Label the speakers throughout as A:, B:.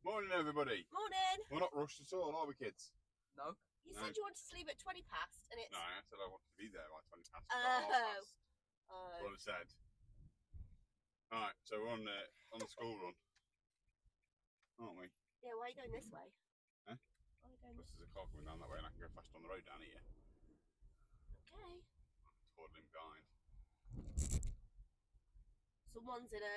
A: Morning, everybody.
B: Morning.
A: We're not rushed at all, are we, kids?
C: No.
B: You
A: No.
B: said you wanted to sleep at 20 past, and it's.
A: No, I said I wanted to be there by 20 past.
B: Oh.
A: That's
B: Oh,
A: what I said. Alright, so we're on, uh, on the school run, aren't we?
B: yeah, why are you going this way?
A: Huh?
B: Why are you going
A: Plus,
B: this
A: there's a car coming down that way, and I can go faster on the road down here.
B: Okay.
A: Toddling behind.
B: Someone's in a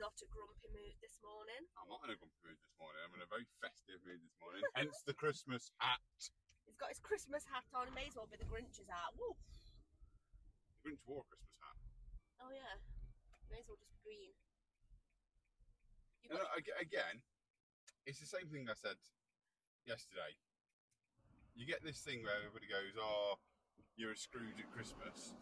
B: not a grumpy mood this morning.
A: I'm not in a grumpy mood this morning. I'm in a very festive mood this morning. Hence the Christmas hat.
B: He's got his Christmas hat on. He may as well be the Grinch's hat. Woo.
A: The Grinch wore a Christmas hat.
B: Oh, yeah. May as well just be green. You
A: And
B: got,
A: I- ag- again, it's the same thing I said yesterday. You get this thing where everybody goes, "Oh, you're a Scrooge at Christmas."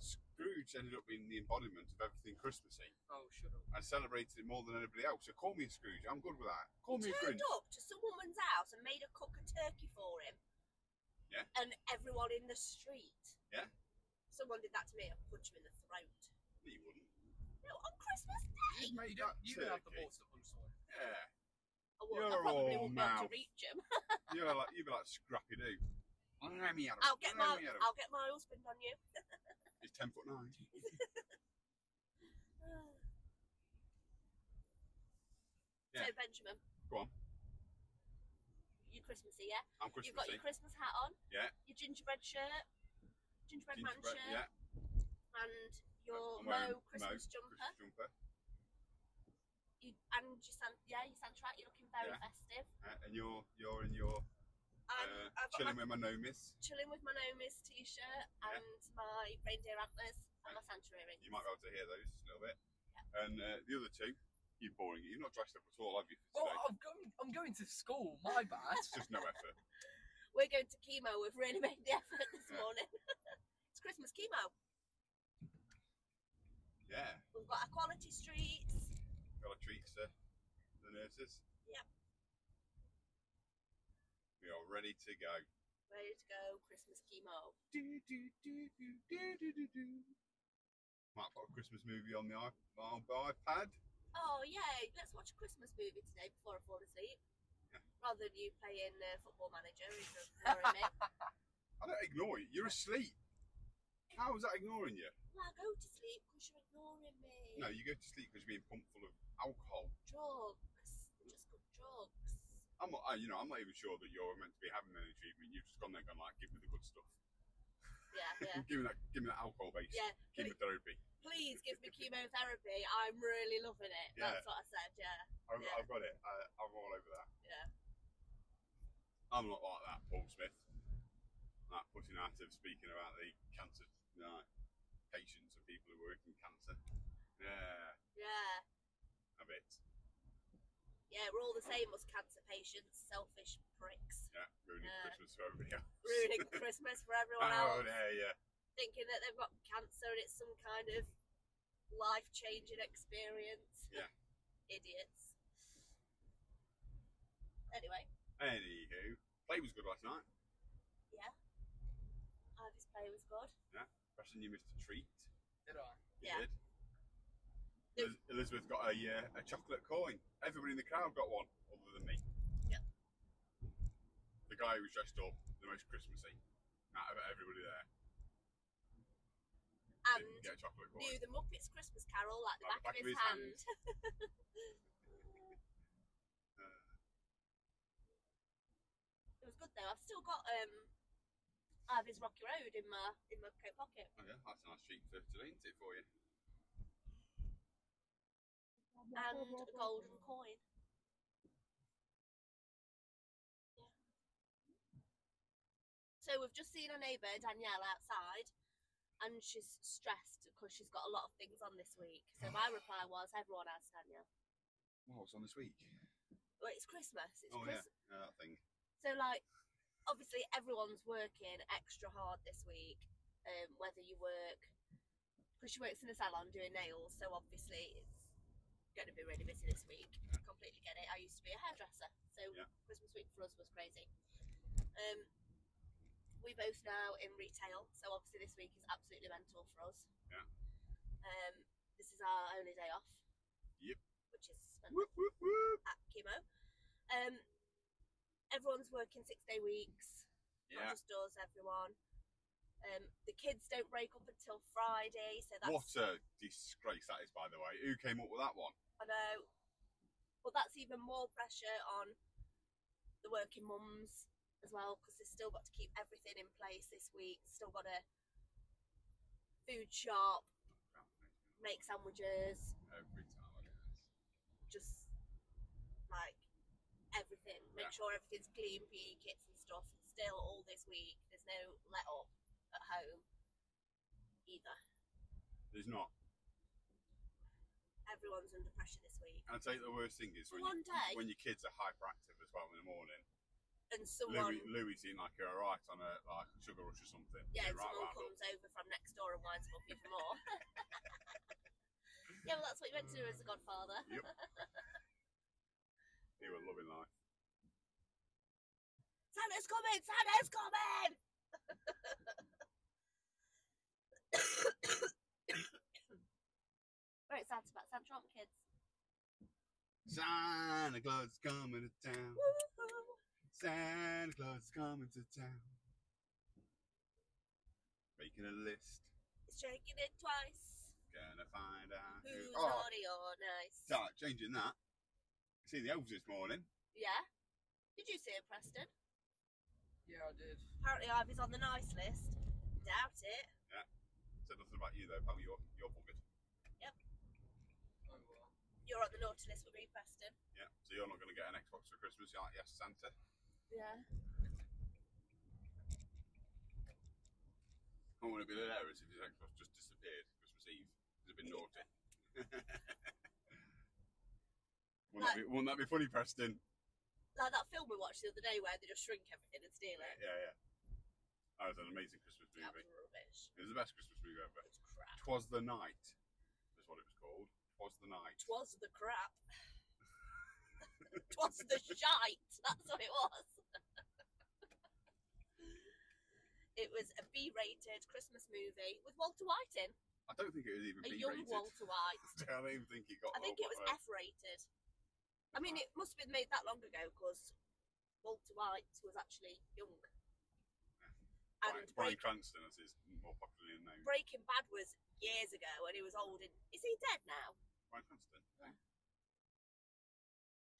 A: Scrooge ended up being the embodiment of everything Christmassy
C: Oh, shut up.
A: and celebrated it more than anybody else. So call me a Scrooge. I'm good with that. Call me
B: he
A: a
B: turned
A: Grinch.
B: up to some woman's house and made her cook a turkey for him.
A: Yeah.
B: And everyone in the street.
A: Yeah.
B: Someone did that to me. I punch him in the throat.
A: No, you wouldn't.
B: No, on Christmas Day.
A: You'd make
C: You
A: that
C: don't, you don't have the
A: turkey.
C: balls to punch someone.
A: Yeah,
B: I, won't, I
A: Your
B: probably
A: old
B: won't be able
A: mouth.
B: to reach him.
A: you're like you'd be like Scrappy Doo. Let me at him.
B: I'll get my
A: Let me at him.
B: I'll get my husband on you.
A: He's ten foot nine. Yeah.
B: So Benjamin,
A: Go on.
B: you Christmassy, yeah?
A: I'm
B: You've
A: Christmassy.
B: got your Christmas hat on.
A: Yeah.
B: Your gingerbread shirt, gingerbread, man
A: Gingerbread-
B: shirt,
A: yeah.
B: and
A: I'm
B: your
A: wearing
B: Mo Christmas
A: Mo
B: jumper.
A: Christmas jumper.
B: You, and your San, yeah, your Santa hat. You're looking very
A: Yeah.
B: festive.
A: Uh, and you're you're in your
B: And
A: uh,
B: I've got
A: chilling
B: my
A: with my nomis.
B: chilling with my Nomis t-shirt
A: Yeah.
B: and my reindeer antlers and
A: Yeah.
B: my Santa earrings.
A: You might be able to hear those a little bit. And uh, the other two, you're boring. You've not dressed up at all, have you? For
C: Oh,
A: today?
C: I'm going. I'm going to school. My bad.
A: It's just no effort.
B: We're going to chemo. We've really made the effort this
A: Yeah.
B: morning. it's Christmas chemo.
A: Yeah,
B: We've got our quality streets.
A: got a treat to the nurses.
B: Yep.
A: We are ready to go.
B: Ready to go Christmas chemo.
A: Do, do, do, do, do, do, do, do. Might put a Christmas movie on the i- on my iPad.
B: Oh yay! Let's watch a Christmas movie today before I fall asleep.
A: Yeah.
B: Rather than you playing uh, football manager and ignoring me.
A: I don't ignore you. You're asleep. How is that ignoring you?
B: Well, I go to sleep because you're ignoring me.
A: No, you go to sleep because you're being pumped full of alcohol.
B: Drugs. Just good drugs.
A: I'm not, I, you know, I'm not even sure that you're meant to be having any treatment. You've just gone there and gone like, give me the good stuff.
B: Yeah, yeah.
A: give me that, give me that alcohol base.
B: Yeah,
A: Chemotherapy.
B: please give me chemotherapy. I'm really loving it.
A: Yeah.
B: That's what I said, yeah.
A: I've,
B: Yeah.
A: I've got it. I, I'm all over that.
B: Yeah.
A: I'm not like that, Paul Smith. Like putting out of speaking about the cancer no, patients and people who work in cancer. Yeah,
B: Yeah.
A: a bit.
B: Yeah, we're all the same as cancer patients, selfish pricks.
A: Yeah, ruining Christmas for
B: Yeah.
A: everybody else.
B: Ruining Christmas for everyone
A: oh,
B: else.
A: yeah, yeah.
B: Thinking that they've got cancer and it's some kind of life changing experience.
A: Yeah.
B: Idiots. Anyway,
A: Anywho, play was good last night.
B: our display was good.
A: Question you missed a treat.
C: Did I?
A: You
B: Yeah.
A: did. Eliz- Elizabeth got a uh, a chocolate coin. Everybody in the crowd got one, other than me.
B: Yeah.
A: The guy who was dressed up the most Christmassy out of everybody there
B: And
A: didn't get a chocolate
B: knew
A: coin.
B: the Muppets Christmas Carol like the
A: Like
B: back, of his, hand.
A: Uh,
B: It was good though. I've still got um Harvey's Rocky Road in my in my coat pocket.
A: oh yeah, that's a nice treat for today, isn't it for you?
B: and a golden coin. Yeah. So we've just seen our neighbour Danielle outside, and she's stressed because she's got a lot of things on this week. So my reply was, "Everyone has Danielle.
A: What was on this week?
B: Well, it's Christmas. It's
A: Oh yeah,
B: Christmas.
A: yeah, that thing.
B: So like, obviously everyone's working extra hard this week. Um, whether you work, because she works in a salon doing nails, so obviously it's going to be really busy this week. I completely get it. I used to be a hairdresser, so
A: Yeah.
B: Christmas week for us was crazy. Um, we both now in retail, so obviously this week is absolutely mental for us.
A: Yeah.
B: Um, this is our only day off.
A: Yep.
B: Which is spent
A: Whoop, whoop, whoop.
B: at chemo. Um, everyone's working six day weeks.
A: Yeah.
B: Not just us, everyone. Um, the kids don't break up until Friday, so that's
A: What a disgrace that is, by the way. Who came up with that one?
B: I know. But that's even more pressure on the working mums as well because they've still got to keep everything in place this week. Still got to food shop, make sandwiches,
A: Every time I get this.
B: just like everything. Make
A: Yeah.
B: sure everything's clean, PE kits and stuff. And still, all this week, there's no let up at home either.
A: There's not.
B: Everyone's under pressure this week.
A: And I tell you the worst thing is
B: For
A: when,
B: one day,
A: you, when your kids are hyperactive as well in the morning.
B: and someone
A: Louis, Louis in like a right on a like sugar rush or something.
B: Yeah, and
A: right
B: someone
A: round up.
B: comes over from next door and winds them up even more. yeah, well, that's what you went to do as a godfather.
A: Yep. He was loving life.
B: Santa's coming! Santa's coming! Very excited about Santa, aren't we, kids?
A: Santa Claus is coming to town.
B: Woohoo!
A: Santa Claus is coming to town. Making a list.
B: It's shaking it twice.
A: Gonna find out who.
B: Who's
A: Oh,
B: naughty or nice?
A: start changing that. See the elves this morning.
B: Yeah? Did you see it, Preston?
C: Yeah, I did.
B: Apparently Ivy's on the nice list. Doubt it.
A: Said nothing about you though, pal. You're you're buggered.
C: Oh, well.
B: You're on the naughty list with me, Preston.
A: Yeah. So you're not gonna get an Xbox for Christmas. You're like, yes, Santa.
B: Yeah.
A: Oh, wouldn't it be hilarious if his Xbox just disappeared Christmas Eve? Because it'd been naughty. wouldn't, that be, wouldn't that be funny, Preston?
B: like that film we watched the other day where they just shrink everything and steal
A: Yeah,
B: it.
A: yeah, yeah. That was an amazing Christmas
B: That was
A: movie.
B: rubbish.
A: It was the best Christmas movie ever.
B: It was crap.
A: Twas the Night. That's what it was called. Twas the Night.
B: Twas the crap. Twas the shite. That's what it was. it was a B-rated Christmas movie with Walter White in.
A: I don't think it was even
B: A young
A: B-rated. Oh,
B: Walter White.
A: I don't even think it got
B: I think
A: that
B: it was
A: one.
B: F-rated. I mean, it must have been made that long ago because Walter White was actually young.
A: Brian,
B: And
A: Brian
B: Break-
A: Cranston, as his more popularly known.
B: Breaking Bad was years ago and he was old. And is he dead now?
A: Brian Cranston.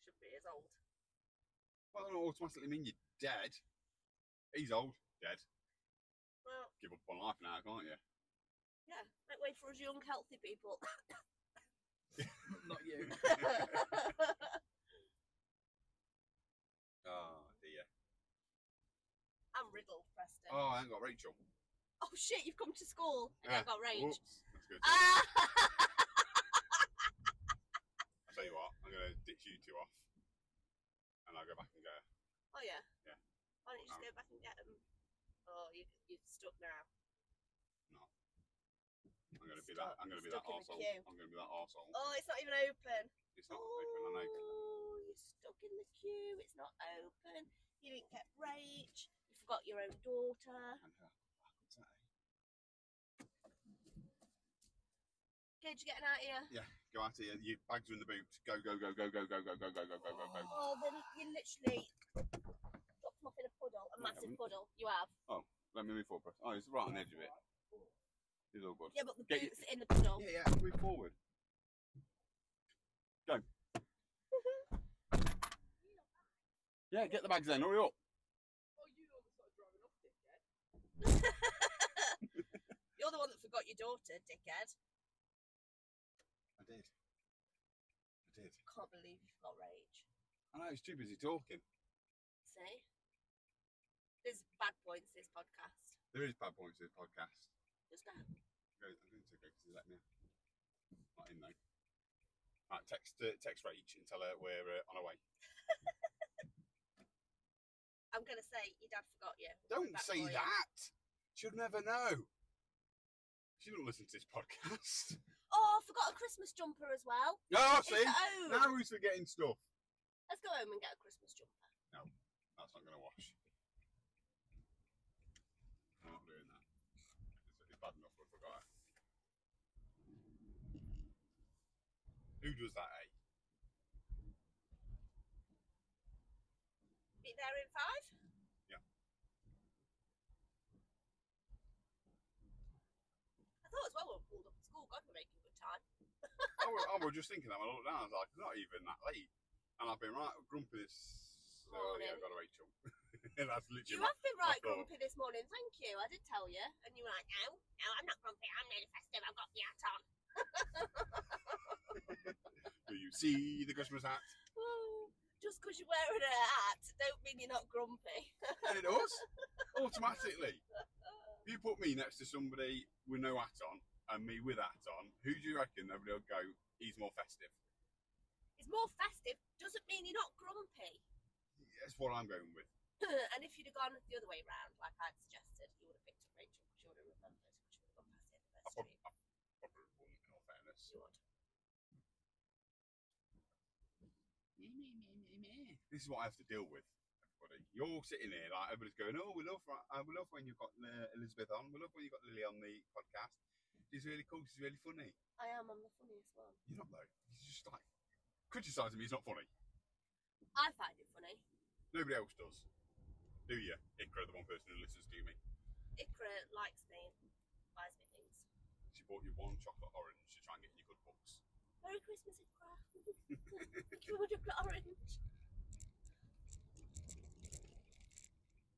B: should be as old.
A: Well, that don't automatically mean you're dead. He's old. Dead.
B: Well,
A: Give up on life now, can't you?
B: yeah, make way for us young, healthy people.
C: Not you.
B: I'm Ah,
A: Oh, dear.
B: riddled, Preston. Oh.
A: Oh, I ain't got Rachel.
B: shit, you've come to school and
A: Yeah,
B: I've got range.
A: Whoops. That's good.
B: Ah!
A: I'll tell you what, I'm going to ditch you two off. And I'll go back and go.
B: oh yeah.
A: Yeah.
B: Why don't you just go back and get them? Oh, you, you're stuck now.
A: I'm going to be that. I'm going to be that
B: Stuck in the
A: arsehole.
B: queue.
A: I'm going to be that arsehole.
B: Oh, it's not even open.
A: It's not open, I know.
B: Oh, you're stuck in the queue. It's not open. You didn't get rage. You forgot your own
A: And
B: daughter.
A: her fucking say.
B: Kid, you getting out here?
A: Go out here. Your bags are in the boot. Go, go, go, go, go, go, go, go, go, go, go, go, go.
B: Oh, then you literally dropped them off in a puddle, a
A: No, I
B: massive
A: haven't.
B: puddle. You have.
A: Let me move forward. Oh, it's right on the edge of it. It's all good.
B: Yeah, but the
A: Get your-
B: boots in the
C: Oh,
B: puddle.
A: Yeah, yeah. Move forward. Go. Yeah, get the bags then. Hurry up.
C: Oh, you almost started driving off, dickhead.
B: You're the one that forgot your daughter, dickhead.
A: I did. I did.
B: Can't believe you forgot rage.
A: I know, he's too busy talking.
B: See? There's bad points this podcast.
A: There is bad points to this podcast.
B: Just go.
A: Go- I'm going to go because he let me out. Not in though. Right, text uh, text Rach and tell her we're uh, on our way.
B: I'm gonna say your dad forgot you.
A: Don't
B: That
A: say
B: boy.
A: that. She'll never know. She don't listen to this podcast.
B: Oh, I forgot a Christmas jumper as well.
A: Oh,
B: It's
A: see,
B: at home.
A: now who's forgetting stuff?
B: Let's go home and get a Christmas jumper.
A: That's not going to wash. Who does that, eh?
B: Be there in five?
A: Yeah.
B: I thought as well when we pulled up at school, God, we're making good time.
A: I was, I was just thinking that when I looked down, I was like, it's not even that late. And I've been right grumpy this Oh, yeah, I
B: Morning.
A: got to Rachel. That's
B: You
A: literally
B: have been right
A: thought-
B: grumpy this morning, thank you. I did tell you. And you were like, no, no, I'm not grumpy. I'm really festive. I've got the hat on.
A: Do you see the Christmas hat?
B: Oh, just because you're wearing a hat, don't mean you're not grumpy.
A: And it does. Automatically. If you put me next to somebody with no hat on and me with hat on, who do you reckon everybody will go, he's more festive?
B: It's more festive, doesn't mean you're not grumpy.
A: That's what I'm going with.
B: and if you'd have gone the other way round, like I'd suggested, you would have picked up Rachel because you would have remembered because you would have gone past the end
A: I
B: of the
A: prob-
B: street.
A: I probably wouldn't, in all fairness.
B: You would.
A: This is what I have to deal with. Everybody. You're all sitting here, like everybody's going, "Oh, we love, uh, we love when you've got uh, Elizabeth on. We love when you've got Lily on the podcast. She's really cool. She's really funny."
B: I am, I'm the funniest one.
A: You're not though. You're just like criticising me. It's not funny.
B: I find it funny.
A: Nobody else does. Do you? Ikra, the one person who listens to me.
B: Ikra likes me, buys me things.
A: She bought you one chocolate orange to try and get you good books.
B: Merry Christmas, Ikra. Thank you for chocolate orange.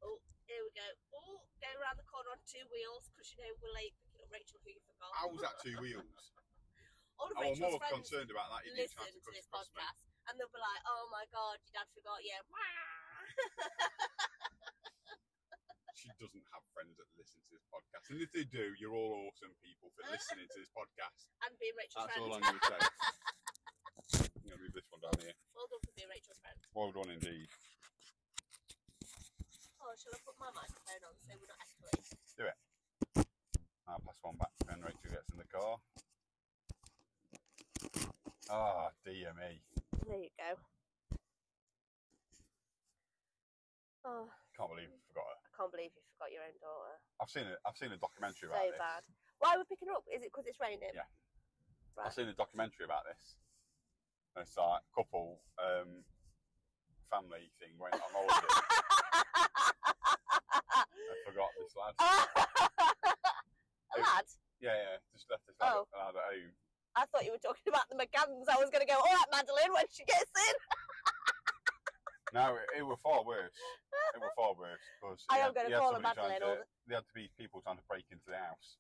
B: Oh, here we go. Oh, go round the corner on two wheels because you know we're late picking up Rachel who you forgot.
A: I was at two wheels.
B: All of
A: I was
B: Rachel's
A: more
B: friends
A: concerned about that. You didn't
B: listen
A: try to
B: to
A: cross
B: this
A: cross me.
B: podcast and they'll be like, oh my god, your dad forgot you.
A: She doesn't have friends that listen to this podcast, and if they do, you're all awesome people for listening to this podcast.
B: and being Rachel's
A: That's
B: friend.
A: all I'm going to say. I'm going to move this one down here.
B: Well done for being Rachel's friend.
A: Well done indeed.
B: Oh, shall I put my microphone on so we're not echoing?
A: I'll pass one back when Rachel gets in the car. Ah, dear me.
B: There you go. Oh,
A: Can't believe I forgot her.
B: I can't believe you forgot your own daughter.
A: I've seen a, I've seen a documentary
B: So
A: about this.
B: bad. Why are we picking her up? Is it because it's raining?
A: Yeah.
B: Right.
A: I've seen a documentary about this. And it's like a couple um, family thing went on holiday and forgot this lad.
B: Oh. A lad?
A: Yeah, yeah, just left this lad,
B: Oh.
A: lad at home.
B: I thought you were talking about the McGanns. I was going to go, all right, Madeline, when she gets in.
A: No, it, it were far worse. It were far worse because
B: I am gonna call her Madeleine
A: To,
B: all
A: there had to be people trying to break into the house.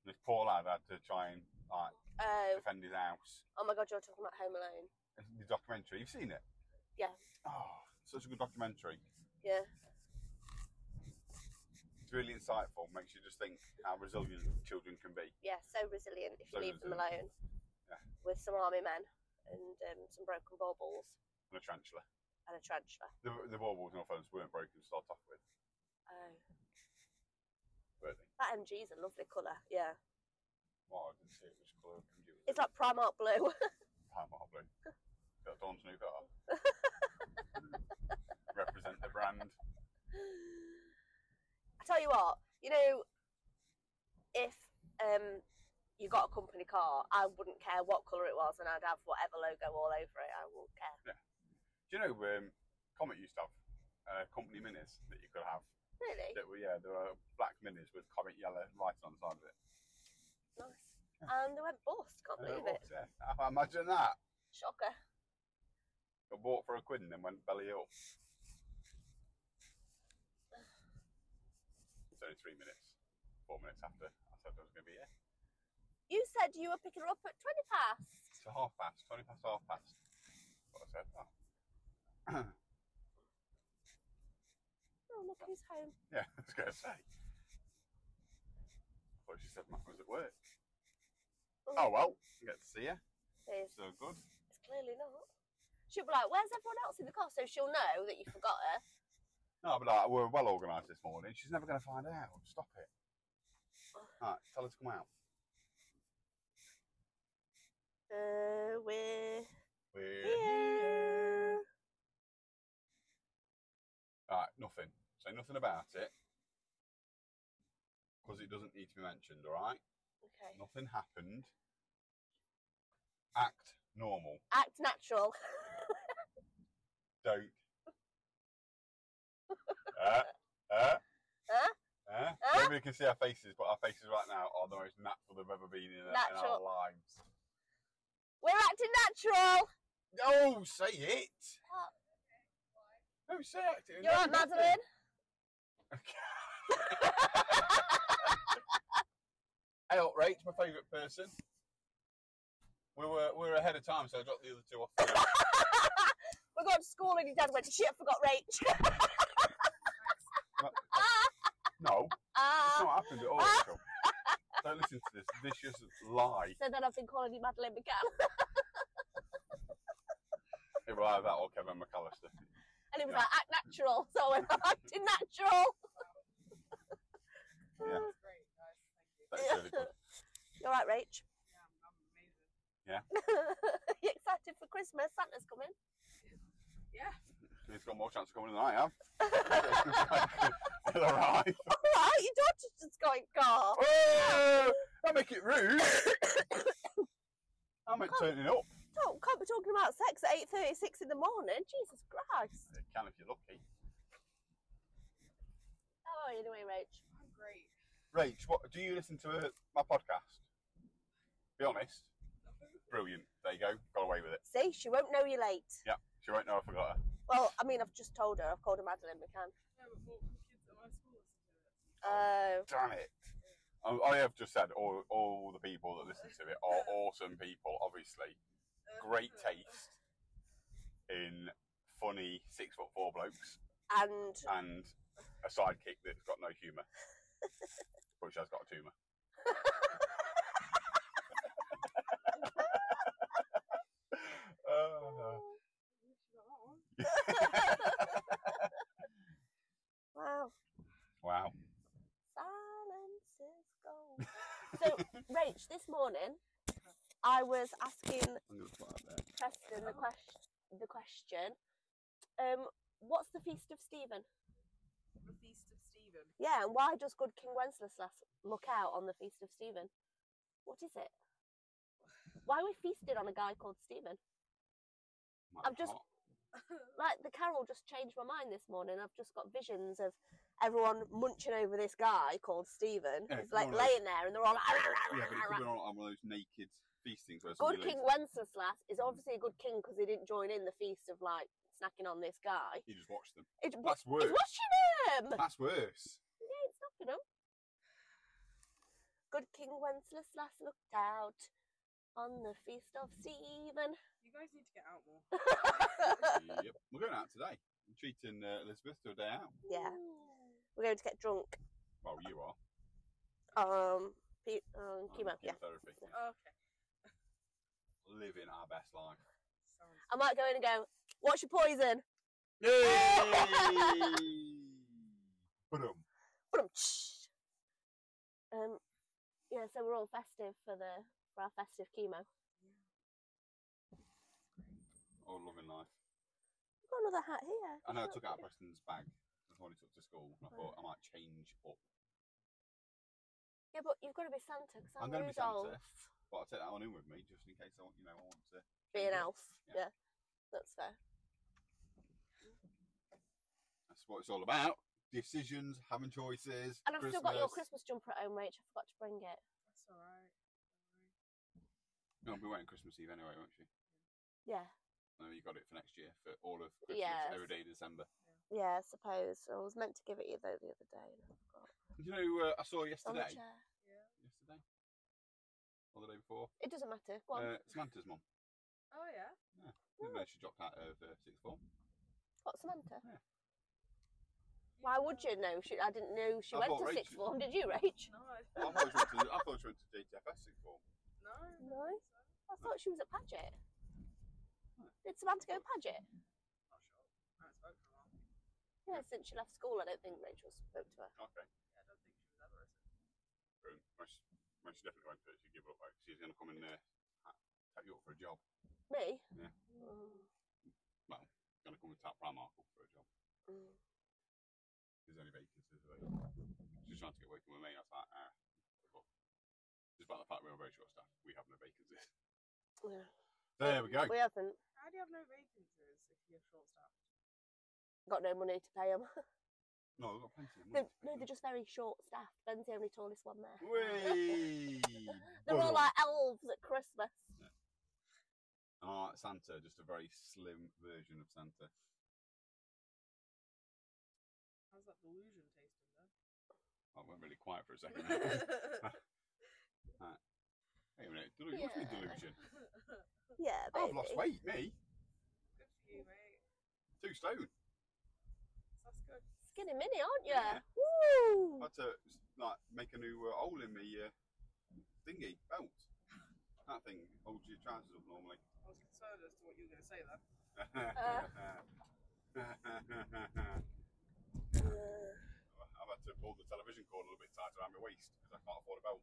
A: And this poor lad had to try and like
B: Oh,
A: defend his house.
B: oh my God, you're talking about Home Alone.
A: It's The documentary, you've seen it?
B: Yeah.
A: Oh, such a good documentary.
B: Yeah.
A: It's really insightful. Makes you just think how resilient children can be.
B: yeah, so resilient if
A: So
B: you leave them alone
A: resilient. Yeah.
B: with some army men and um, some broken baubles
A: And a tarantula.
B: and a tarantula.
A: The the baubles and all phones weren't broken to start off with,
B: Oh,
A: were they?
B: that MG's a lovely colour. Yeah,
A: Well, I didn't see it was colour of computer.
B: it's like Primark blue.
A: Primark blue. Got Dawn's new car. Represent the brand.
B: I tell you what, you know, if um you got a company car, I wouldn't care what colour it was, and I'd have whatever logo all over it. I wouldn't care.
A: Do you know um, Comet used to have uh, company minis that you could have?
B: Really
A: That were yeah, there were black minis with Comet yellow lights on the side of it.
B: nice. And they went bust. Can't
A: And they
B: believe
A: were
B: it.
A: bought, yeah. Ah, Imagine that.
B: Shocker.
A: Got bought for a quid and then went belly up. It's only three minutes, four minutes after I said I was going to be here.
B: You said you were picking her up at twenty past.
A: It's a half past, twenty past half past. What I said. Oh.
B: Oh look who's home.
A: Yeah, I was going to say. I thought she said Matt was at work. Oh well, we get to see her.
B: There's
A: So good.
B: It's clearly not. She'll be like, "Where's everyone else in the car?" So she'll know that you forgot her.
A: No, but like, we're well organised this morning. She's never going to find out. Stop it. Right, tell her to come out.
B: Uh, we're
A: We're
B: here.
A: Right, nothing. Say nothing about it. Because it doesn't need to be mentioned, alright?
B: Okay.
A: Nothing happened. Act normal.
B: Act natural.
A: Don't. uh, uh,
B: Huh?
A: uh.
B: Huh?
A: Nobody can see our faces, but our faces right now are the most natural they've ever been in, our- in our
B: Natural.
A: lives.
B: We're acting natural.
A: No, Oh, say it.
B: What?
A: No, say it.
B: You're right, Madeline.
A: I outrate my favourite person. We were we were ahead of time, so I dropped the other two off.
B: we got to school and your dad went, shit, I forgot Rach.
A: no, it's
B: Ah.
A: not happened at all. Rachel. Don't listen to this vicious lie.
B: So then I've been calling you Madeline McCann.
A: It was either that or Kevin McAllister.
B: And it was
A: Yeah.
B: like, act natural. So I went, I'm acting natural.
A: Yeah.
C: That's great, guys. Thank you.
A: That's really good.
B: You're right, Rach.
C: Yeah, I'm, I'm amazing.
B: you excited for Christmas? Santa's coming.
C: Yeah.
A: He's got more chance of coming than I have. Is that right?
B: All right, your daughter's just going, car.
A: Oh, I make it rude. I meant turning up.
B: Don't, can't be talking about sex at 8.36 in the morning. Jesus Christ.
A: It can if you're lucky.
B: How are you doing, Rach?
C: I'm great.
A: Rach, what do you listen to uh, my podcast? Be honest. Brilliant. There you go. Got away with it.
B: See, she won't know you're late.
A: She won't know I forgot her.
B: Well, I mean, I've just told her. I've called her Madeline McCann.
C: No, but more from kids at my school listen to it.
B: Oh,
A: Damn it. I- I have just said all, all the people that listen to it are awesome people, obviously.
C: Uh,
A: Great taste in funny six foot four blokes
B: and
A: and a sidekick that's got no humour, but she has got a tumour. oh, no.
B: wow,
A: Wow.
B: silence is gold. so, Rach, this morning I was asking
A: I'm going to put that there.
B: Preston the question. The question. Um, what's the feast of Stephen?
C: The Feast of Stephen.
B: Yeah, and why does good King Wenceslas look out on the feast of Stephen? What is it? Why we feasted on a guy called Stephen?
A: Might
B: I'm
A: be
B: just-
A: hot.
B: Like the carol just changed my mind this morning. I've just got visions of everyone munching over this guy called Stephen.
A: Yeah,
B: He's like
A: come on, let's-
B: laying there, and they're all like,
A: Yeah, but it could be on on one of those naked feastings where
B: Good
A: somebody
B: King
A: lays-
B: Wenceslas is obviously a good king because he didn't join in the feast of like snacking on this guy.
A: You just watch them.
B: It, he's
A: That's worse.
B: watching him.
A: That's worse.
B: Yeah, it's not for them. Good King Wenceslas looked out on the feast of Stephen.
C: You guys need to get out more.
A: yep. We're going out today. I'm treating uh, Elizabeth to a day out.
B: yeah, we're going to get drunk.
A: Well, you are.
B: Um, pe-
A: I'm
B: um chemo. Yeah,
A: chemotherapy.
C: Oh, okay.
A: Living our best life.
C: Sounds
B: I might go in and go. What's your poison?
A: Boom.
B: Ba-dum, tsh. Um, yeah. So we're all festive for the for our festive chemo.
A: Oh, loving life.
B: We've got another hat here.
A: I know I
B: Look.
A: took it out of Preston's bag. That's what he took to school. And I thought I might change up.
B: Yeah, but you've got to be Santa because
A: I'm
B: I'm,
A: gonna be Santa.
B: Rudolph.
A: But I'll take that one in with me just in case I want, you know, I want to.
B: Be an
A: Yeah.
B: elf.
A: Yeah.
B: yeah, that's fair.
A: That's what it's all about. Decisions, having choices.
B: And I've still got your Christmas jumper at home, Rach. I forgot to bring it.
C: That's alright.
A: No, I'll be waiting Christmas Eve anyway, won't you?
B: Yeah.
A: No, you got it for next year for all of Christmas,
B: Yes.
A: every day in December.
B: Yeah, I suppose. I was meant to give it you though the other day. and I forgot.
A: You know, who, uh, I saw
B: It's on the
A: yesterday.
B: chair.
C: Yeah.
A: Yesterday, or the day before.
B: It doesn't matter. Go on.
A: Uh, Samantha's mum.
C: Oh, yeah.
A: Didn't know she dropped out of uh, sixth form.
B: what, Samantha?
A: yeah.
B: Why would you know? She, I didn't know she
A: I
B: went
A: thought
B: to
A: Rach-
B: sixth form. Did you, Rach?
A: I
C: No,
A: thought she went to, I thought she went to DTFS sixth form.
C: no.
B: No. I thought she was at Paget. Did Samantha go Paget?
C: Not sure. I haven't spoken for a while.
B: Yeah, since she left school, I don't think Rachel spoke to her.
A: Okay.
C: Yeah, I don't think she was ever at it.
A: Boom. Well, she, well, she definitely won't do it. She give up. Like, she's going to come in there, uh, tap you up for a job.
B: Me?
A: Yeah.
B: Mm,
A: Going to come and tap Primark up for a job.
B: mm.
A: There's only vacancies available. She's trying to get away from me. I was like, ah. Just about the fact we're very short staff. We have no vacancies.
B: Yeah.
A: There we go.
B: We haven't
C: How do you have no vacancies if you're short staffed?
B: got no money to pay them.
A: No, we've got plenty of
B: They're,
A: money.
B: no, they're just very short staffed. Ben's the only tallest one there.
A: Whee!
B: They're all
A: Buzzle.
B: like elves at Christmas.
A: And I like Santa, just a very slim version of Santa.
C: How's that delusion tasting though?
A: I went really quiet for a second. there. Wait a minute, delu- what's me
B: Yeah.
A: delusion? Oh,
C: Good
B: Yeah, baby.
A: I've lost weight, me.
C: for you, mate.
A: Two stone.
C: That's good.
B: Skinny mini, aren't you?
A: Yeah. I
B: Woo!
A: had to like make a new uh, hole in me uh, thingy belt. That thing holds your trousers up normally.
C: I was concerned as to what you were going to say there.
A: I've
B: Uh,
A: had to pull the television cord a little bit tight around my waist because I can't afford a belt.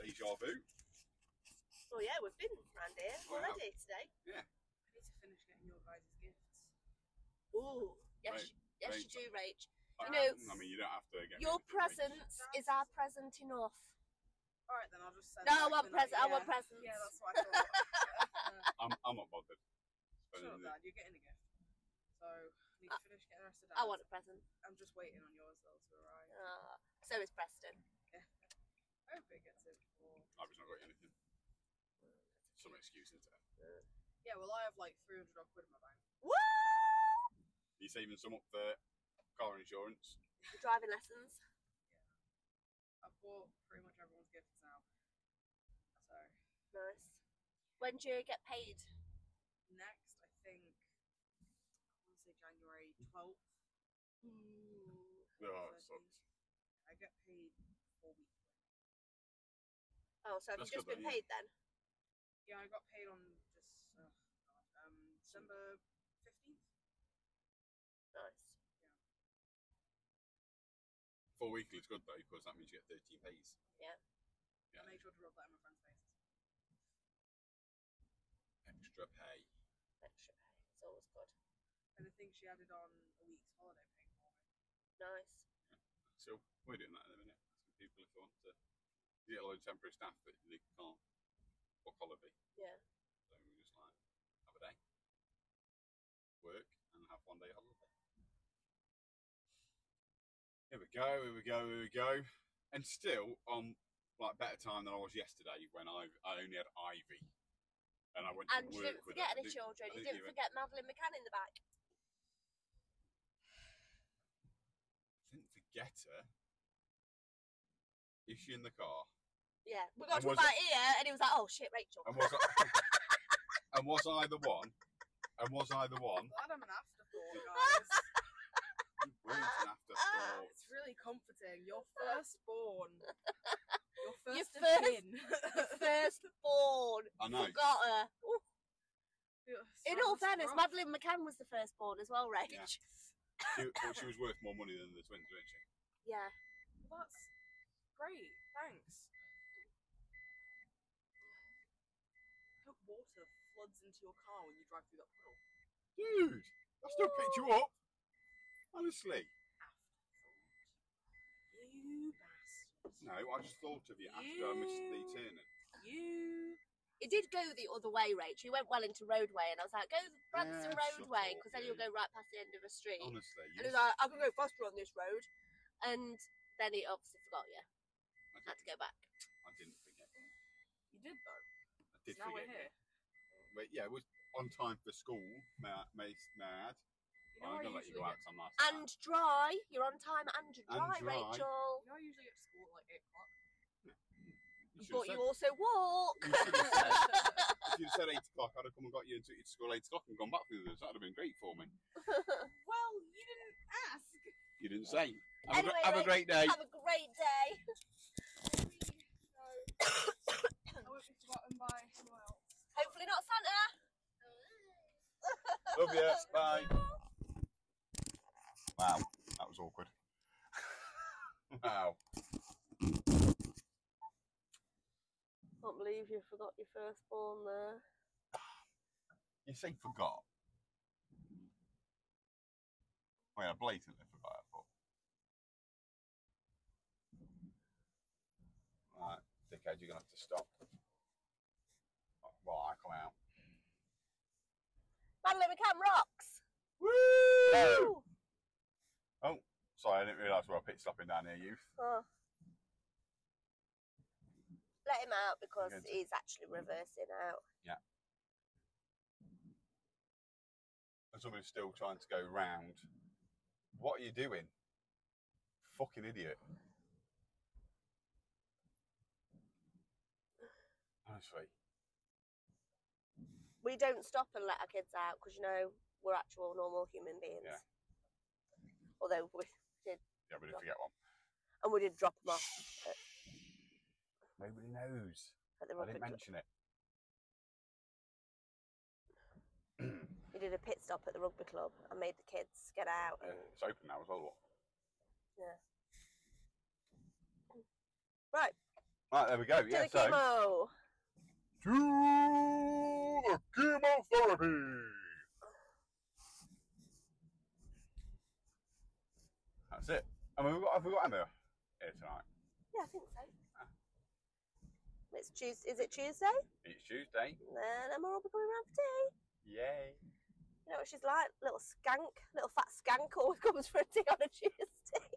A: Deja vu.
D: Well, yeah, we've been round here
A: Wow.
D: already today.
C: I need to finish getting your guys' gifts.
D: Ooh, yes,
A: Right,
D: you, yes, you
A: right.
D: do, Rach.
A: I,
D: You know,
A: I mean, you don't have to get me
B: your
A: anything, mate.
B: presence is our present enough.
C: Alright then, I'll just send
B: No, I
C: like,
B: want
C: the night-
B: presents. I want
C: yeah.
B: presents.
C: Yeah, that's what I thought.
A: I'm, I'm not bothered.
C: sure,
A: Spending the-
C: Dad, you're getting a gift. So, need to finish getting the rest of that.
B: Uh, I want a present.
C: I'm just waiting on yours though to arrive.
B: Ah, so is Preston.
C: I hope it gets it before.
A: I've just not got anything. Some excuse into it.
C: Yeah, well, I have like 300 odd quid in my bank.
B: Woo!
A: You saving some up for car insurance?
B: Driving lessons.
C: I've bought pretty much everyone's gifts now. So,
B: Nice. When do you get paid?
C: next, I think, I want to say January 12th.
A: No, it sucks.
C: I get paid four weeks.
B: Oh, so have
A: That's
B: you just
A: good,
B: been
A: though, yeah.
B: paid then?
C: Yeah, I got paid on just uh, God, um, December 15th.
B: Nice.
A: Four weekly is good though, because that means you get 13 days.
C: I made sure to rub that in my friend's face.
A: Extra pay.
B: Extra pay. It's always good.
C: And I think she added on a week's holiday pay for me.
B: Nice.
A: So we're doing that in a minute. Some people if they want to. You get a lot of temporary staff that they can't book holiday.
B: Yeah.
A: So we just like have a day, work, and have one day holiday. Here we go, here we go, here we go. And still on like better time than I was yesterday when I I only had Ivy. And I went to
B: And you
A: work
B: didn't
A: with
B: forget
A: her. I
B: any
A: didn't-
B: children.
A: I
B: You
A: didn't
B: didn't
A: even-
B: forget Madeline McCann in the back.
A: didn't forget her. Is she in the car?
B: Yeah. We got
A: And
B: to
A: was
B: about here and he was like, oh shit, Rachel.
A: And was I, and was I the one? And was I the one?
C: Glad I'm an afterthought, guys.
A: You weren't an afterthought.
C: it's really comforting. Your firstborn. Your first
B: Your first-
C: of kin.
B: First born.
A: I know.
B: Forgot her. Ooh.
C: Your
B: In all
C: son's
B: fairness,
C: rough.
B: Madeline McCann was the first born as well, Rach.
A: Yeah. She, well, she was worth more money than the twins, wasn't she?
B: yeah.
C: That's great. Thanks. Hope water floods into your car when you drive through that puddle.
A: Dude, I still picked you up. Honestly.
C: You bastard.
A: No, I just thought of you after I missed the turning.
C: You.
B: It did go the other way, Rach. You went well into roadway, and I was like, go the Branson
A: Yeah, shut
B: roadway,
A: up,
B: because then you'll
A: you.
B: go right past the end of a street.
A: Honestly.
B: And
A: you-
B: he was like, I can go faster on this road. And then he obviously forgot you.
A: I,
B: Had to
A: didn't,
B: go back.
A: I didn't forget. you.
C: You did though.
A: I did
C: now we're
A: forget. you.
C: here.
A: But yeah, it was on time for school, may I, may, may I add.
C: You know,
A: I'm
C: I
A: going to let you go out
C: usually get,
A: 'cause I'm last.
B: And dry. You're on time and you're
A: And
B: dry,
A: dry.
B: Rachel.
C: you know, I usually get to school at like eight o'clock.
A: you should have
B: but
A: said
B: you also walk.
A: You should have said, if you'd said 8 o'clock, I'd have come and got you and took you to school 8 o'clock and gone back with us. That would have been great for me.
C: well, you didn't ask.
A: You didn't say. Have, a,
B: Anyway,
A: gre- have a
B: like-
A: great day.
B: Have a great day.
C: I won't be forgotten by anyone else.
B: Hopefully not Santa.
A: Love you. Bye. Wow, that was awkward. wow.
B: Can't believe you forgot your firstborn there.
A: You say forgot. I mean, I blatantly forgot it, but. Right, thick dickhead, you're going to have to stop. Well, I come out.
B: Madeline McCann rocks.
A: Woo!
B: Woo!
A: Sorry, I didn't realise we were pit stopping down here, youth.
B: Oh. Let him out because
A: Good.
B: he's actually reversing out.
A: And somebody's still trying to go round. What are you doing? Fucking idiot. Honestly.
B: We don't stop and let our kids out because you know we're actual normal human beings.
A: Yeah.
B: Although we
A: Yeah, we didn't forget one.
B: and we did drop them off
A: Nobody knows.
B: at the
A: I
B: rocket.
A: didn't mention it.
B: We did a pit stop at the rugby club and made the kids get out.
A: Uh, It's open now as well.
B: Right,
A: Right, there we go.
B: to
A: Yeah,
B: the
A: so.
B: chemo.
A: to the chemotherapy. That's it. I mean, we've got, have we got Emma here tonight?
B: Yeah, I think so. It's Tuesday. Is it Tuesday?
A: It's Tuesday.
B: Then Emma will be coming round for tea.
A: Yay.
B: You know what she's like? Little skank, little fat skank always comes for a tea on a Tuesday.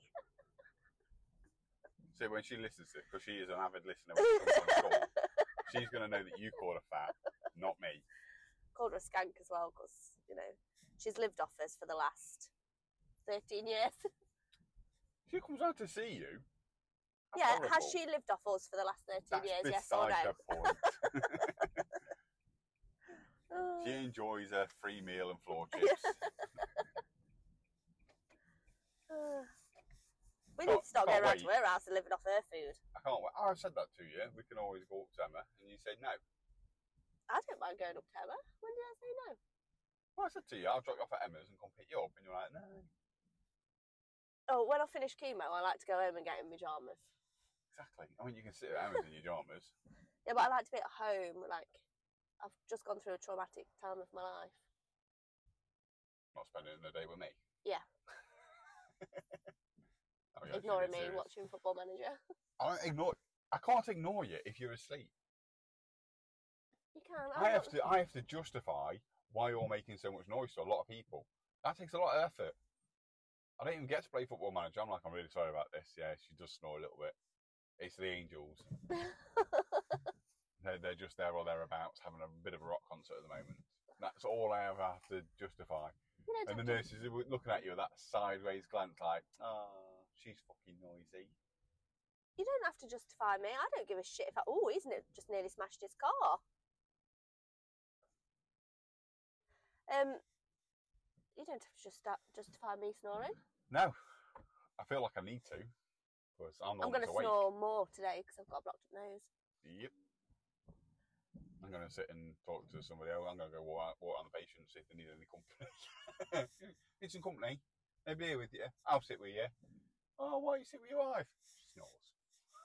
A: So when she listens to it, because she is an avid listener, when she comes on call, she's going to know that you called her fat, not me.
B: Called her a skank as well because, you know, she's lived off us for the last 13 years.
A: She comes out to see you. That's
B: yeah,
A: horrible.
B: has she lived off us for the last 13
A: That's
B: years? Yes or
A: beside
B: no?
A: her point.
B: Oh,
A: She enjoys her free meal and floor chips.
B: oh. we
A: Can't-
B: need to start
A: Oh, can't
B: going round to
A: wait.
B: her house and living off her food.
A: I can't wait. Oh, I said that to you. We can always go up to Emma. And you said no.
B: I don't mind going up to her. When did I say no?
A: Well, I said to you, I'll drop you off at Emma's and come pick you up. And you're like, no.
B: Oh, when I finish chemo, I like to go home and get in pyjamas.
A: Exactly. I mean, you can sit at Emma's in your pajamas.
B: Yeah, but I like to be at home. Like, I've just gone through a traumatic time of my life.
A: Not spending the day with me.
B: Yeah.
A: Oh, yeah,
B: Ignoring
A: she's
B: me,
A: serious.
B: watching Football Manager.
A: I don't ignore. I can't ignore you if you're asleep.
B: You can.
A: I have to. I have to justify why you're making so much noise to a lot of people. That takes a lot of effort. I don't even get to play football manager. I'm like, I'm really sorry about this. Yeah, she does snore a little bit. It's the Angels. they're, they're just there or thereabouts, having a bit of a rock concert at the moment. That's all I ever have to justify.
B: You don't
A: And the
B: have to.
A: nurses are looking at you with that sideways glance, like, oh, she's fucking noisy.
B: You don't have to justify me. I don't give a shit if I. Oh, isn't it just nearly smashed his car? Um, you don't have to just justify me snoring.
A: No, I feel like I need to. Because I'm
B: I'm
A: always
B: going to
A: awake.
B: snore more today because I've got a blocked up nose.
A: Yep. I'm going to sit and talk to somebody else. I'm going to go walk, out- walk on the patient, see if they need any company. need some company. They'll be here with you. I'll sit with you. Oh, why you sit with your wife? She snores.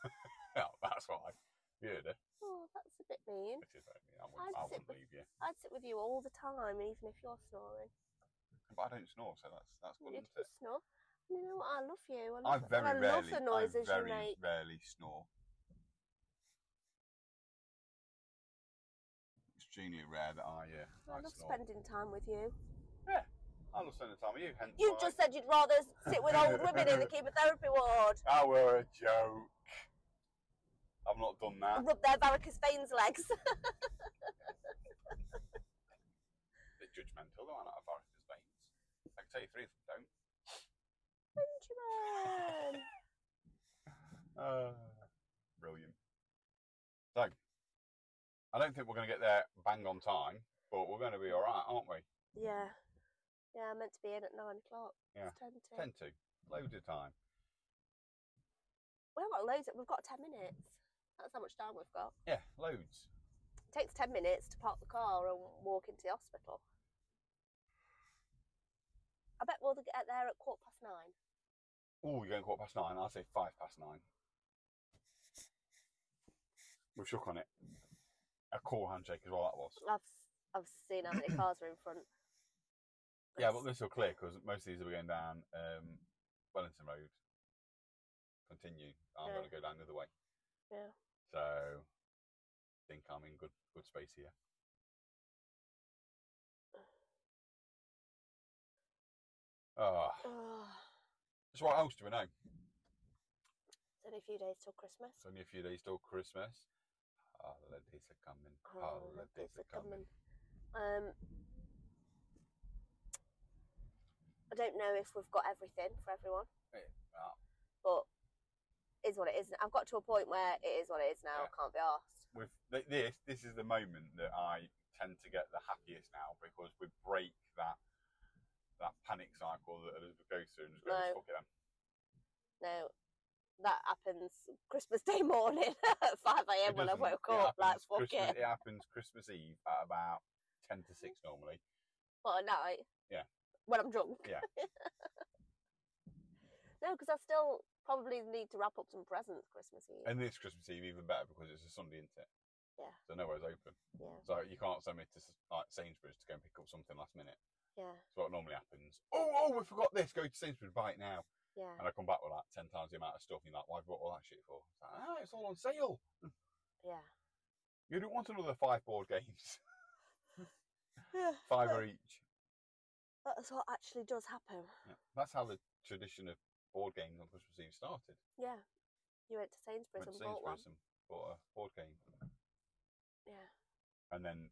A: oh, that's why. You heard her.
B: Oh, that's a bit mean.
A: It is I mean, I wouldn't, I
B: I'd sit
A: wouldn't
B: with-
A: leave you.
B: I'd sit with you all the time, even if you're snoring.
A: But I don't snore, so that's, that's good,
B: You
A: isn't it?
B: just snore. You know what? I love you. I,
A: I
B: love,
A: very
B: I love
A: rarely,
B: the noises
A: I very
B: you make.
A: rarely snore. Extremely rare that I, uh,
B: I
A: I
B: love
A: snore.
B: spending time with you.
A: I love spending time with you. Hence
B: You
A: why-
B: just said you'd rather sit with old women in the chemotherapy ward
A: I were a joke. I've not done that.
B: and rub their varicose veins legs.
A: bit judgmental, though, aren't I? About his veins. I can tell you three of them don't.
B: Benjamin!
A: Uh, brilliant. So, I don't think we're going to get there bang on time, but we're going to be all right, aren't we?
B: yeah. Yeah, I'm meant to be in at nine o'clock.
A: Yeah.
B: It's ten to.
A: Tend to. Loads of time.
B: We've got loads. Of, we've got ten minutes. That's how much time we've got.
A: Yeah, loads.
B: It takes ten minutes to park the car and walk into the hospital. I bet we'll get there at quarter past nine.
A: Oh, you're going quarter past nine. I'll say five past nine. We've shook on it. A cool handshake is all that was.
B: I've I've seen how many cars are in front.
A: Yeah, but this will clear because most of these will be going down um, Wellington Road. Continue. I'm
B: Yeah.
A: going to go down the other way.
B: Yeah.
A: So, I think I'm in good good space here. Ah, so what else do we know?
B: It's only a few days till Christmas.
A: It's only a few days till Christmas. Holidays are coming.
B: Oh,
A: Holidays are coming.
B: Um, I don't know if we've got everything for everyone,
A: Yeah, well.
B: but it is what it is. I've got to a point where it is what it is now.
A: Yeah.
B: I can't be asked.
A: With th- this, this is the moment that I tend to get the happiest now because we break that that panic cycle that Elizabeth goes through and just goes,
B: No.
A: fuck it then.
B: No, that happens Christmas Day morning at five
A: It
B: a.m. when I
A: doesn't.
B: woke
A: It
B: up.
A: happens
B: Like fuck
A: Christmas,
B: it.
A: It happens Christmas Eve at about ten to six normally.
B: What a night.
A: Yeah.
B: When I'm drunk.
A: Yeah.
B: no, because I still probably need to wrap up some presents Christmas Eve.
A: And this Christmas Eve even better because it's a Sunday, isn't it?
B: Yeah.
A: So nowhere's open.
B: Yeah.
A: So you can't send me to s- like Sainsbury's to go and pick up something last minute.
B: yeah.
A: So what normally happens. Oh, oh, we forgot this. Go to Sainsbury's, buy it now.
B: Yeah.
A: And I come back with like ten times the amount of stuff. And you're like, why have you bought all that shit for? It's like, ah, it's all on sale.
B: Yeah.
A: You don't want another five board games,
B: Yeah.
A: five or each.
B: That's what actually does happen.
A: Yeah. That's how the tradition of board games on Christmas Eve started.
B: Yeah. You went to Sainsbury's
A: Went to
B: and bought one.
A: Sainsbury's and bought a board game,
B: Yeah.
A: and then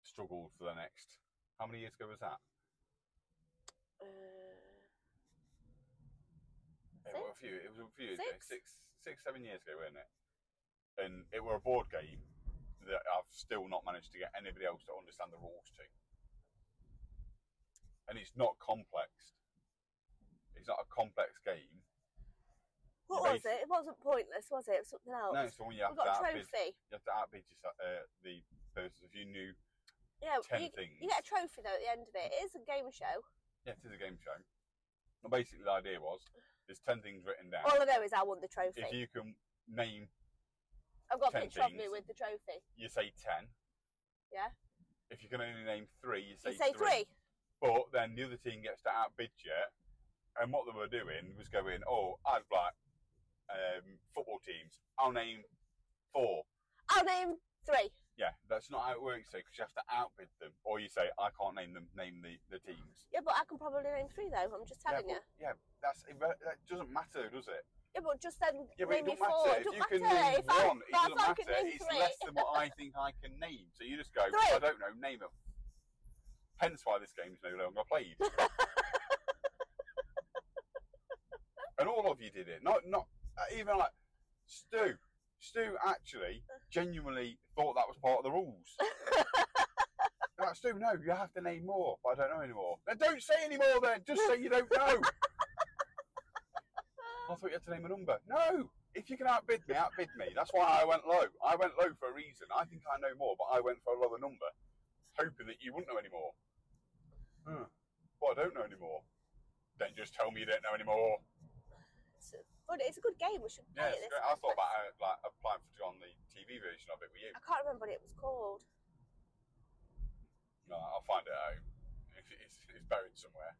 A: struggled for the next. How many years ago was that?
B: Uh,
A: It
B: Six?
A: was a few. It was a few years ago.
B: Six?
A: Six, six, seven years ago, wasn't it? And it were a board game that I've still not managed to get anybody else to understand the rules to. And it's not complex. It's not a complex game.
B: what
A: Yeah,
B: was
A: basi-
B: it? It wasn't pointless, was it? It was something else.
A: No, it's the one you
B: we
A: have to
B: got a
A: outbid.
B: trophy.
A: You have to outbid yourself, uh, the person if you knew
B: Yeah,
A: ten
B: Oh, you,
A: things.
B: you get a trophy though at the end of it. It is a game show.
A: Yeah, it is a game show. Well, basically, the idea was there's ten things written down.
B: All I know is I won the trophy.
A: if you can name
B: I've got a
A: ten
B: picture of me
A: things.
B: with the trophy.
A: you say ten.
B: Yeah.
A: If you can only name three, you say,
B: you say three.
A: But then the other team gets to outbid you, and what they were doing was going, "Oh, I'd like um, football teams. I'll name four.
B: I'll name three.
A: Yeah, that's not how it works, though, because you have to outbid them, or you say, "I can't name them. Name the, the teams."
B: Yeah, but I can probably name three though. I'm just telling
A: yeah,
B: you.
A: but- yeah, that's irre- that doesn't matter, does it?
B: Yeah, but just then
A: Yeah, but it
B: name me
A: doesn't
B: four.
A: matter
B: It
A: if
B: don't
A: you can
B: matter.
A: name
B: if I-
A: one. It
B: but if
A: doesn't
B: I
A: matter.
B: can name
A: It's
B: three.
A: less than what I think I can name. So you just go,
B: Three.
A: I don't know, name them. Hence why this game's no longer played. and all of you did it. Not, not uh, even like Stu. Stu actually genuinely thought that was part of the rules. Like, Stu, no, you have to name more, but I don't know anymore. Then don't say any more then, just say you don't know. I thought you had to name a number. No, if you can outbid me, outbid me. That's why I went low. I went low for a reason. I think I know more, but I went for a lower number, hoping that you wouldn't know anymore. Hmm. Well, I don't know anymore. Then just tell me you don't know anymore.
B: It's- But it's a good game. We should
A: Yeah,
B: play
A: it's
B: it this
A: great. I thought about uh,
B: Christmas.
A: like applying for on the TV version of it with you.
B: I can't remember what it was called.
A: No, I'll find it out. It's, it's, it's buried somewhere.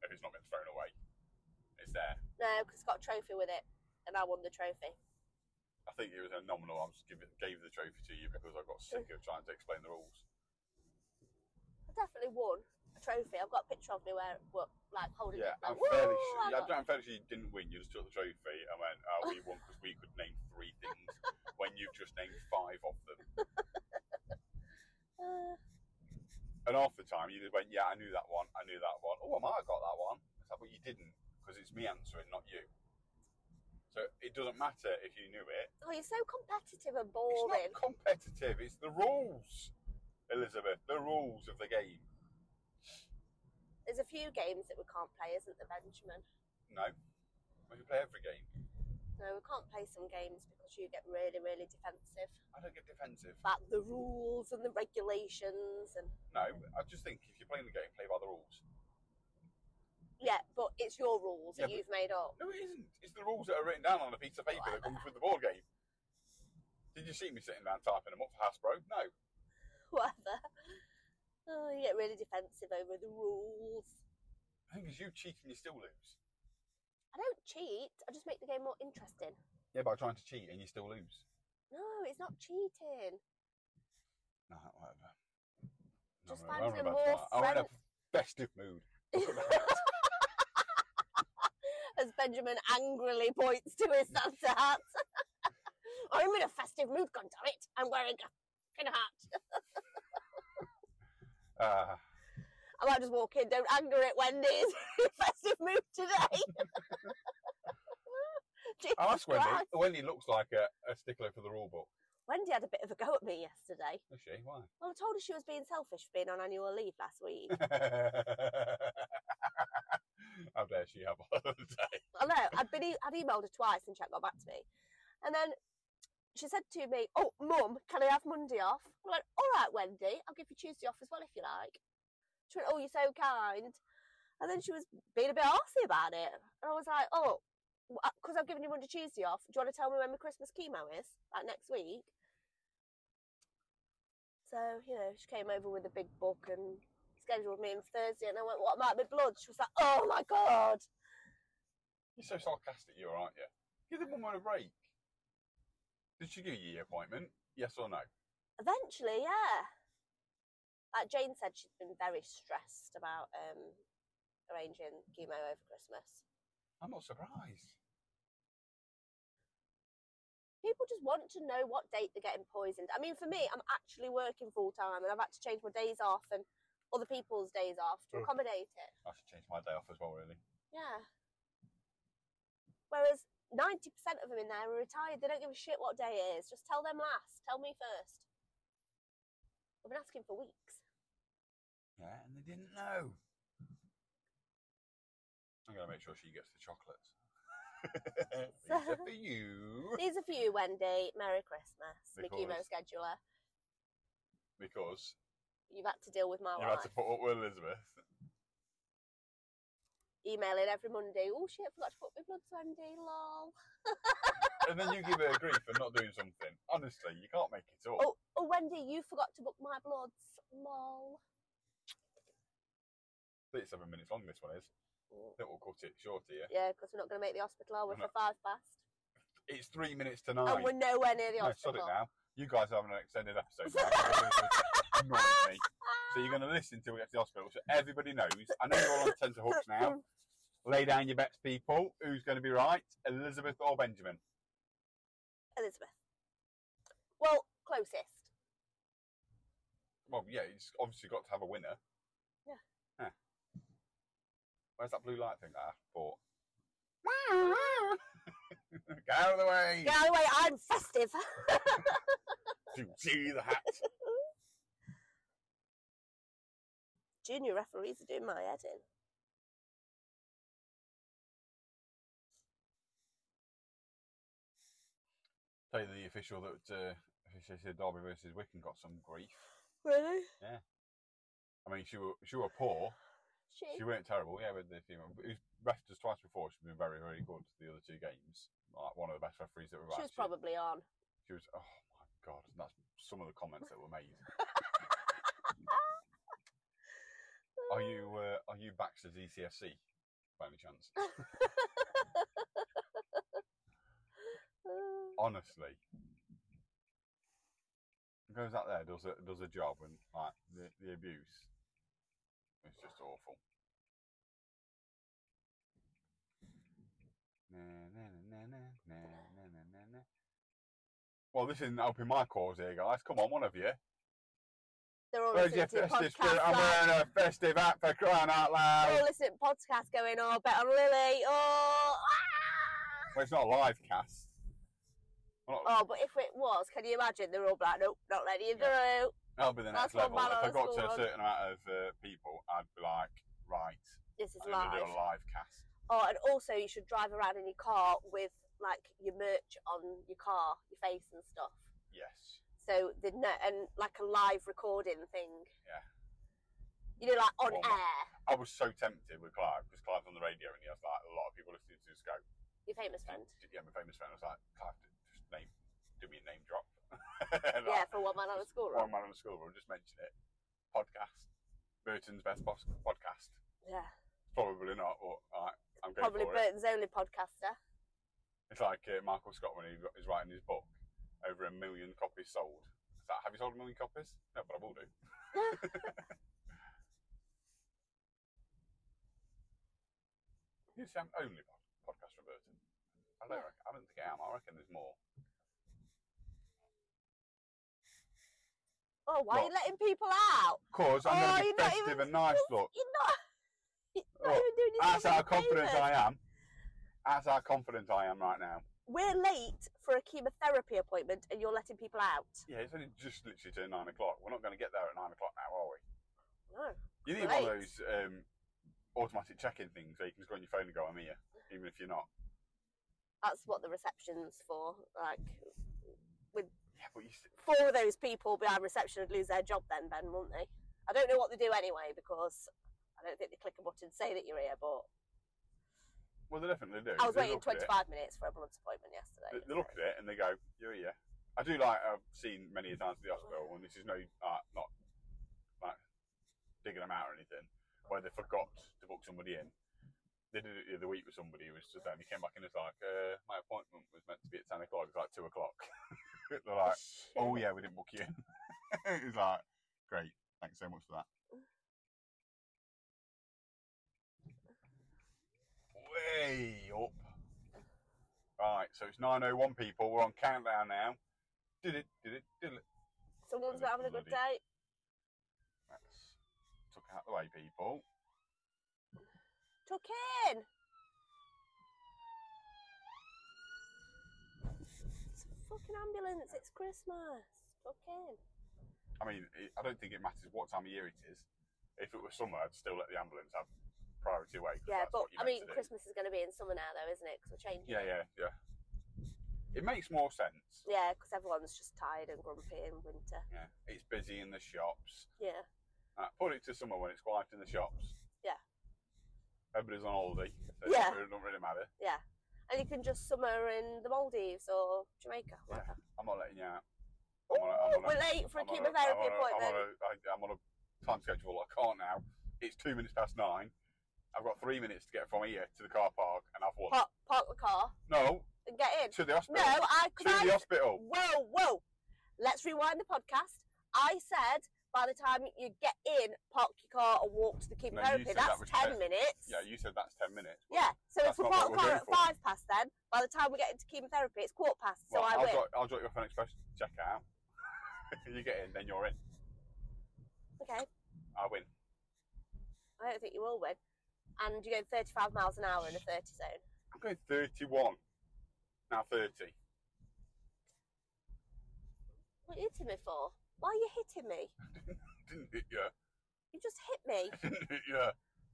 A: If it's not been thrown away, it's there.
B: No, 'cause it's got a trophy with it, and I won the trophy.
A: I think it was a nominal. I just give it, gave the trophy to you because I got sick of trying to explain the rules.
B: I definitely won a trophy. I've got a picture of me where, what, like holding
A: Yeah,
B: it. Like,
A: I'm fairly
B: "Woo,
A: sure.
B: I
A: Yeah,
B: got-"
A: I'm fairly sure you didn't win. You just took the trophy and went, "Oh, we won because we could name three things when you've just named five of them."
B: Uh,
A: And half the time, you just went, "Yeah, I knew that one. I knew that one. Oh, I might have got that one." It's like, "Well, you didn't because it's me answering, not you." So it doesn't matter if you knew it.
B: oh, you're so competitive and
A: It's
B: boring.
A: not competitive. It's the rules, Elizabeth. The rules of the game.
B: There's a few games that we can't play, isn't there, Benjamin?
A: No, we can play every game.
B: No, we can't play some games because you get really, really defensive
A: I don't get defensive.
B: about the rules and the regulations and.
A: No, I just think if you're playing the game, play by the rules.
B: Yeah, but it's your rules that
A: Yeah, but-
B: you've made up.
A: No, it isn't. It's the rules that are written down on a piece of paper that comes with the board game. Did you see me sitting down typing them up for Hasbro? No.
B: Whatever. Oh, you get really defensive over the rules.
A: The thing is, you cheat and you still lose.
B: I don't cheat. I just make the game more interesting.
A: Yeah, by trying to cheat and you still lose.
B: No, it's not cheating.
A: Nah, whatever. No,
B: Just
A: I'm
B: find
A: not
B: some
A: about Oh,
B: more
A: that. I'm in a
B: friends.
A: festive mood.
B: As Benjamin angrily points to his Santa hat. I'm in a festive mood, God damn it. I'm wearing a fucking hat.
A: Uh,
B: I might just walk in, don't anger it, Wendy's festive mood today. Jesus
A: I'll ask Wendy.
B: Christ.
A: Wendy looks like a, a stickler for the rule book.
B: Wendy had a bit of a go at me yesterday.
A: Does she? Why?
B: Well, I told her she was being selfish for being on annual leave last week.
A: How dare she have a holiday?
B: I know. I'd been e- I'd emailed her twice and she hadn't got back to me. And then she said to me, "Oh, Mum, can I have Monday off?" I went, "All right, Wendy, I'll give you Tuesday off as well if you like." She went, "Oh, you're so kind." And then she was being a bit arsy about it, and I was like, "Oh, because I've given you Monday, Tuesday off. Do you want to tell me when my Christmas chemo is? Like next week?" So you know, she came over with a big book and scheduled me in Thursday, and I went, "What about my blood?" She was like, "Oh my god."
A: You're so sarcastic, you are, aren't you? Give the woman a break. Did she give you your appointment? Yes or no?
B: Eventually, yeah. Like Jane said, she's been very stressed about um, arranging chemo over Christmas.
A: I'm not surprised.
B: People just want to know what date they're getting poisoned. I mean, for me, I'm actually working full time and I've had to change my days off and other people's days off to
A: Mm.
B: accommodate it.
A: I should change my day off as well, really.
B: Yeah. Whereas 90% of them in there are retired. They don't give a shit what day it is. Just tell them last. Tell me first. I've been asking for weeks.
A: Yeah, and they didn't know. I'm going to make sure she gets the chocolates. These are for you.
B: These are for you, Wendy. Merry Christmas. My chemo
A: Because-
B: scheduler.
A: Because
B: You've had to deal with my
A: you
B: life.
A: had to put up with Elizabeth.
B: Emailing every Monday. Oh shit, forgot to put my bloods, Wendy. Lol.
A: And then you give her grief for not doing something. Honestly, you can't make it up.
B: Oh, oh, Wendy, you forgot to book my bloods. Lol.
A: 37 minutes long, this one is. I think we'll cut it short here.
B: Yeah, because we're not going to make the hospital, are we?
A: No.
B: For five past.
A: It's three minutes to
B: And
A: nine.
B: we're nowhere near the
A: No, shut
B: hospital.
A: it now. You guys are having an extended episode now. Annoying me. So you're going to listen till we get to the hospital so everybody knows. I know you're all on tenterhooks now. Lay down your bets, people. Who's going to be right, Elizabeth or Benjamin?
B: Elizabeth. Well, closest.
A: Well, yeah, it's obviously got to have a winner.
B: Yeah.
A: Huh. Where's that blue light thing that I bought? Get out of the way!
B: Get out of the way, I'm festive.
A: Do you see the hat?
B: Junior referees are doing my head in.
A: Tell you the official that uh, officiated Derby versus Wickham got some grief.
B: Really?
A: I mean, she were she were poor.
B: She.
A: She weren't terrible. Yeah, with the female, who's refed us twice before. She's been very, very good. The other two games, like one of the best referees that we've
B: She
A: had.
B: was probably on.
A: She was. Oh my god! And that's some of the comments that were made. Are you uh, are you back to DCFC by any chance?
B: Uh,
A: Honestly, goes out there does a does a job and like the, the abuse. It's just awful. Na, na, na, na, na, na, na, na, na. Well, this isn't helping my cause here, guys. Come on, one of you.
B: They're all
A: Where's
B: listening
A: your
B: to the
A: festive
B: podcast. Oh.
A: spirit? I'm uh,
B: like-
A: wearing a festive hat for crying out
B: We're
A: loud.
B: all listening to podcasts going, oh, bet on Lily, oh,
A: Well, it's not a live cast. Well,
B: ah. oh, but if it was, can you imagine? They're all like, nope, not letting you through.
A: That'll be the
B: That's
A: next
B: what
A: level. If I
B: Valor's
A: got to a
B: called.
A: certain amount of uh, people, I'd be like, right,
B: This is
A: I'm going to do a
B: live.
A: live cast.
B: Oh, and also you should drive around in your car with like your merch on your car, your face and stuff.
A: Yes.
B: So they'd know, and like a live recording thing.
A: Yeah.
B: You know, like on
A: Well,
B: air.
A: I was so tempted with Clive because Clive's on the radio and he has like a lot of people listening to his go.
B: Your famous friend.
A: Yeah, my famous friend. I was like, Clive, d- just name, do me a name drop.
B: Yeah, for one man on a school run.
A: One man on the school run, just mention it. Podcast. Burton's best pos- podcast.
B: Yeah.
A: Probably not, but all right, I'm going
B: Probably
A: for it.
B: Burton's only podcaster.
A: It's like uh, Michael Scott when he wr- is writing his book, over a million copies sold. It's like, have you sold a million copies? No, but I will do. Yes, I'm only pod- podcast from Burton. I don't, reckon, I don't think I am. I reckon there's more.
B: Oh, why are you
A: What?
B: letting people out?
A: Cause I'm
B: Oh,
A: going to be
B: you're not
A: festive
B: even-
A: and nice. Look,
B: You're not, you're not
A: Oh,
B: even doing yourself
A: that's how
B: any
A: confident
B: favours.
A: I am. That's how confident I am right now.
B: We're late for a chemotherapy appointment and you're letting people out.
A: Yeah, it's only just literally turned nine o'clock. We're not going to get there at nine o'clock now, are we?
B: No.
A: You need one of
B: Great.
A: those um, automatic check-in things where you can just go on your phone and go, "I'm here," even if you're not.
B: That's what the reception's for. Like,
A: Yeah, but you. St-
B: four of those people behind reception would lose their job then, Ben, wouldn't they? I don't know what they do anyway because I don't think they click a button and say that you're here, but
A: well, they definitely do.
B: I was
A: They
B: waiting
A: look at it.
B: 25 minutes for a blood appointment yesterday.
A: They, they look at it and they go, "You're here." I do like. I've seen many a times at the hospital, and this is no uh, not like digging them out or anything, where they forgot to book somebody in. They did it the other week with somebody who was just there, and he came back and was like, uh, "My appointment was meant to be at ten o'clock. It's like two o'clock." They're like, "Oh yeah, we didn't book you in." it was like, "Great, thanks so much for that." Way up. Right, so it's nine oh one people. We're on countdown now. Did it? Did it? Did it?
B: Someone's not having a good day.
A: That's took out the way, people.
B: Tuck in. It's a fucking ambulance. It's Christmas. Tuck in.
A: I mean, it, I don't think it matters what time of year it is. If it was summer, I'd still let the ambulance have priority away. 'cause
B: Yeah,
A: that's
B: but
A: what you're
B: I
A: meant
B: mean,
A: to do.
B: Christmas is going to be in summer now, though, isn't it? Because we're changing.
A: Yeah, yeah, yeah. It makes more sense.
B: Yeah, because everyone's just tired and grumpy in winter.
A: Yeah, it's busy in the shops.
B: Yeah.
A: Uh, put it to summer when it's quiet in the shops.
B: Yeah.
A: Everybody's on holiday, so
B: Yeah.
A: it doesn't really matter.
B: And you can just summer in the Maldives or Jamaica. whatever.
A: I'm not letting you out. I'm on a- I'm on a-
B: We're late for a
A: I'm on
B: chemotherapy
A: I'm on a- I'm
B: appointment.
A: on, a, I, I'm on a time schedule. I can't now. It's two minutes past nine. I've got three minutes to get from here to the car park, and I've won.
B: Park, park the car
A: No,
B: and get in.
A: to the hospital.
B: No, I.
A: to
B: Cause
A: the
B: I
A: hospital.
B: Whoa, whoa. Let's rewind the podcast. I said by the time you get in, park your car and walk to the
A: No, you
B: chemotherapy.
A: said that
B: That's
A: was
B: 10
A: ten.
B: minutes.
A: Yeah, you said that's ten minutes.
B: Yeah, so
A: That's
B: if
A: not
B: we
A: what
B: park the
A: we're
B: car
A: going
B: at
A: for.
B: five past then, by the time we get into chemotherapy, it's quarter past, so
A: Well,
B: I
A: will
B: win.
A: Drop, I'll drop you off an express checkout. you get in, then you're in.
B: Okay,
A: I win.
B: I don't think you will win. And you're going 35 miles an hour in a 30 zone.
A: I'm going thirty-one. Now thirty.
B: What are you hitting me for? Why are you hitting me?
A: Didn't hit you.
B: You just hit me.
A: Didn't hit you.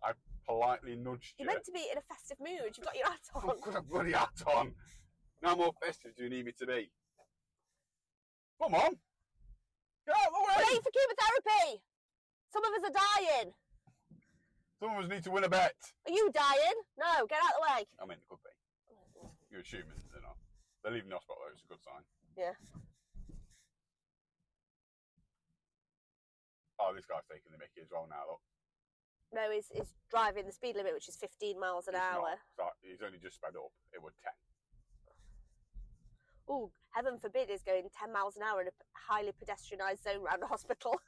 A: I politely nudged you.
B: You're meant to be in a festive mood. You've got your hat
A: Oh,
B: on.
A: I've got a bloody hat on. Now more festive do you need me to be? Come on. Get out of the way.
B: Wait for chemotherapy! Some of us are dying.
A: Some of us need to win a bet.
B: Are you dying? No, get out of the way.
A: I mean, it could be. You're assuming they're not. They're leaving the hospital, though. It's a good sign.
B: Yeah.
A: Oh, this guy's taking the mickey as well now, look.
B: No, he's, he's driving the speed limit, which is 15 miles an
A: He's not.
B: hour.
A: So he's only just sped up. It was 10.
B: Oh, heaven forbid he's going 10 miles an hour in a p- highly pedestrianised zone round a hospital.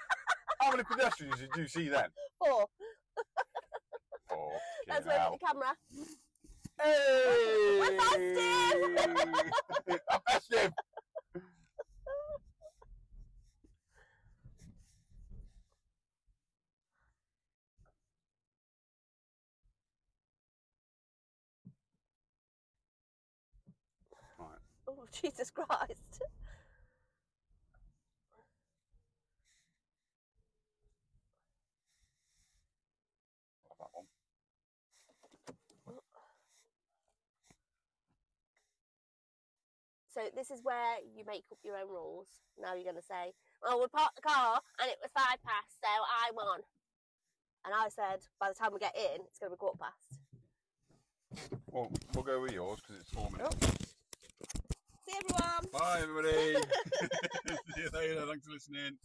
A: How many pedestrians did you see then?
B: Four.
A: Fucking
B: Let's wave
A: hell.
B: at the camera.
A: Hey!
B: We're
A: festive! I'm festive! Right,
B: Oh, Jesus Christ.
A: I'll have that one.
B: So this is where you make up your own rules. Now you're going to say, well, we parked the car and it was five past, so I won. And I said, by the time we get in, it's going to be quarter past.
A: Well, we'll go with yours because it's four minutes.
B: See everyone.
A: Bye, everybody. See you later. Thanks for listening.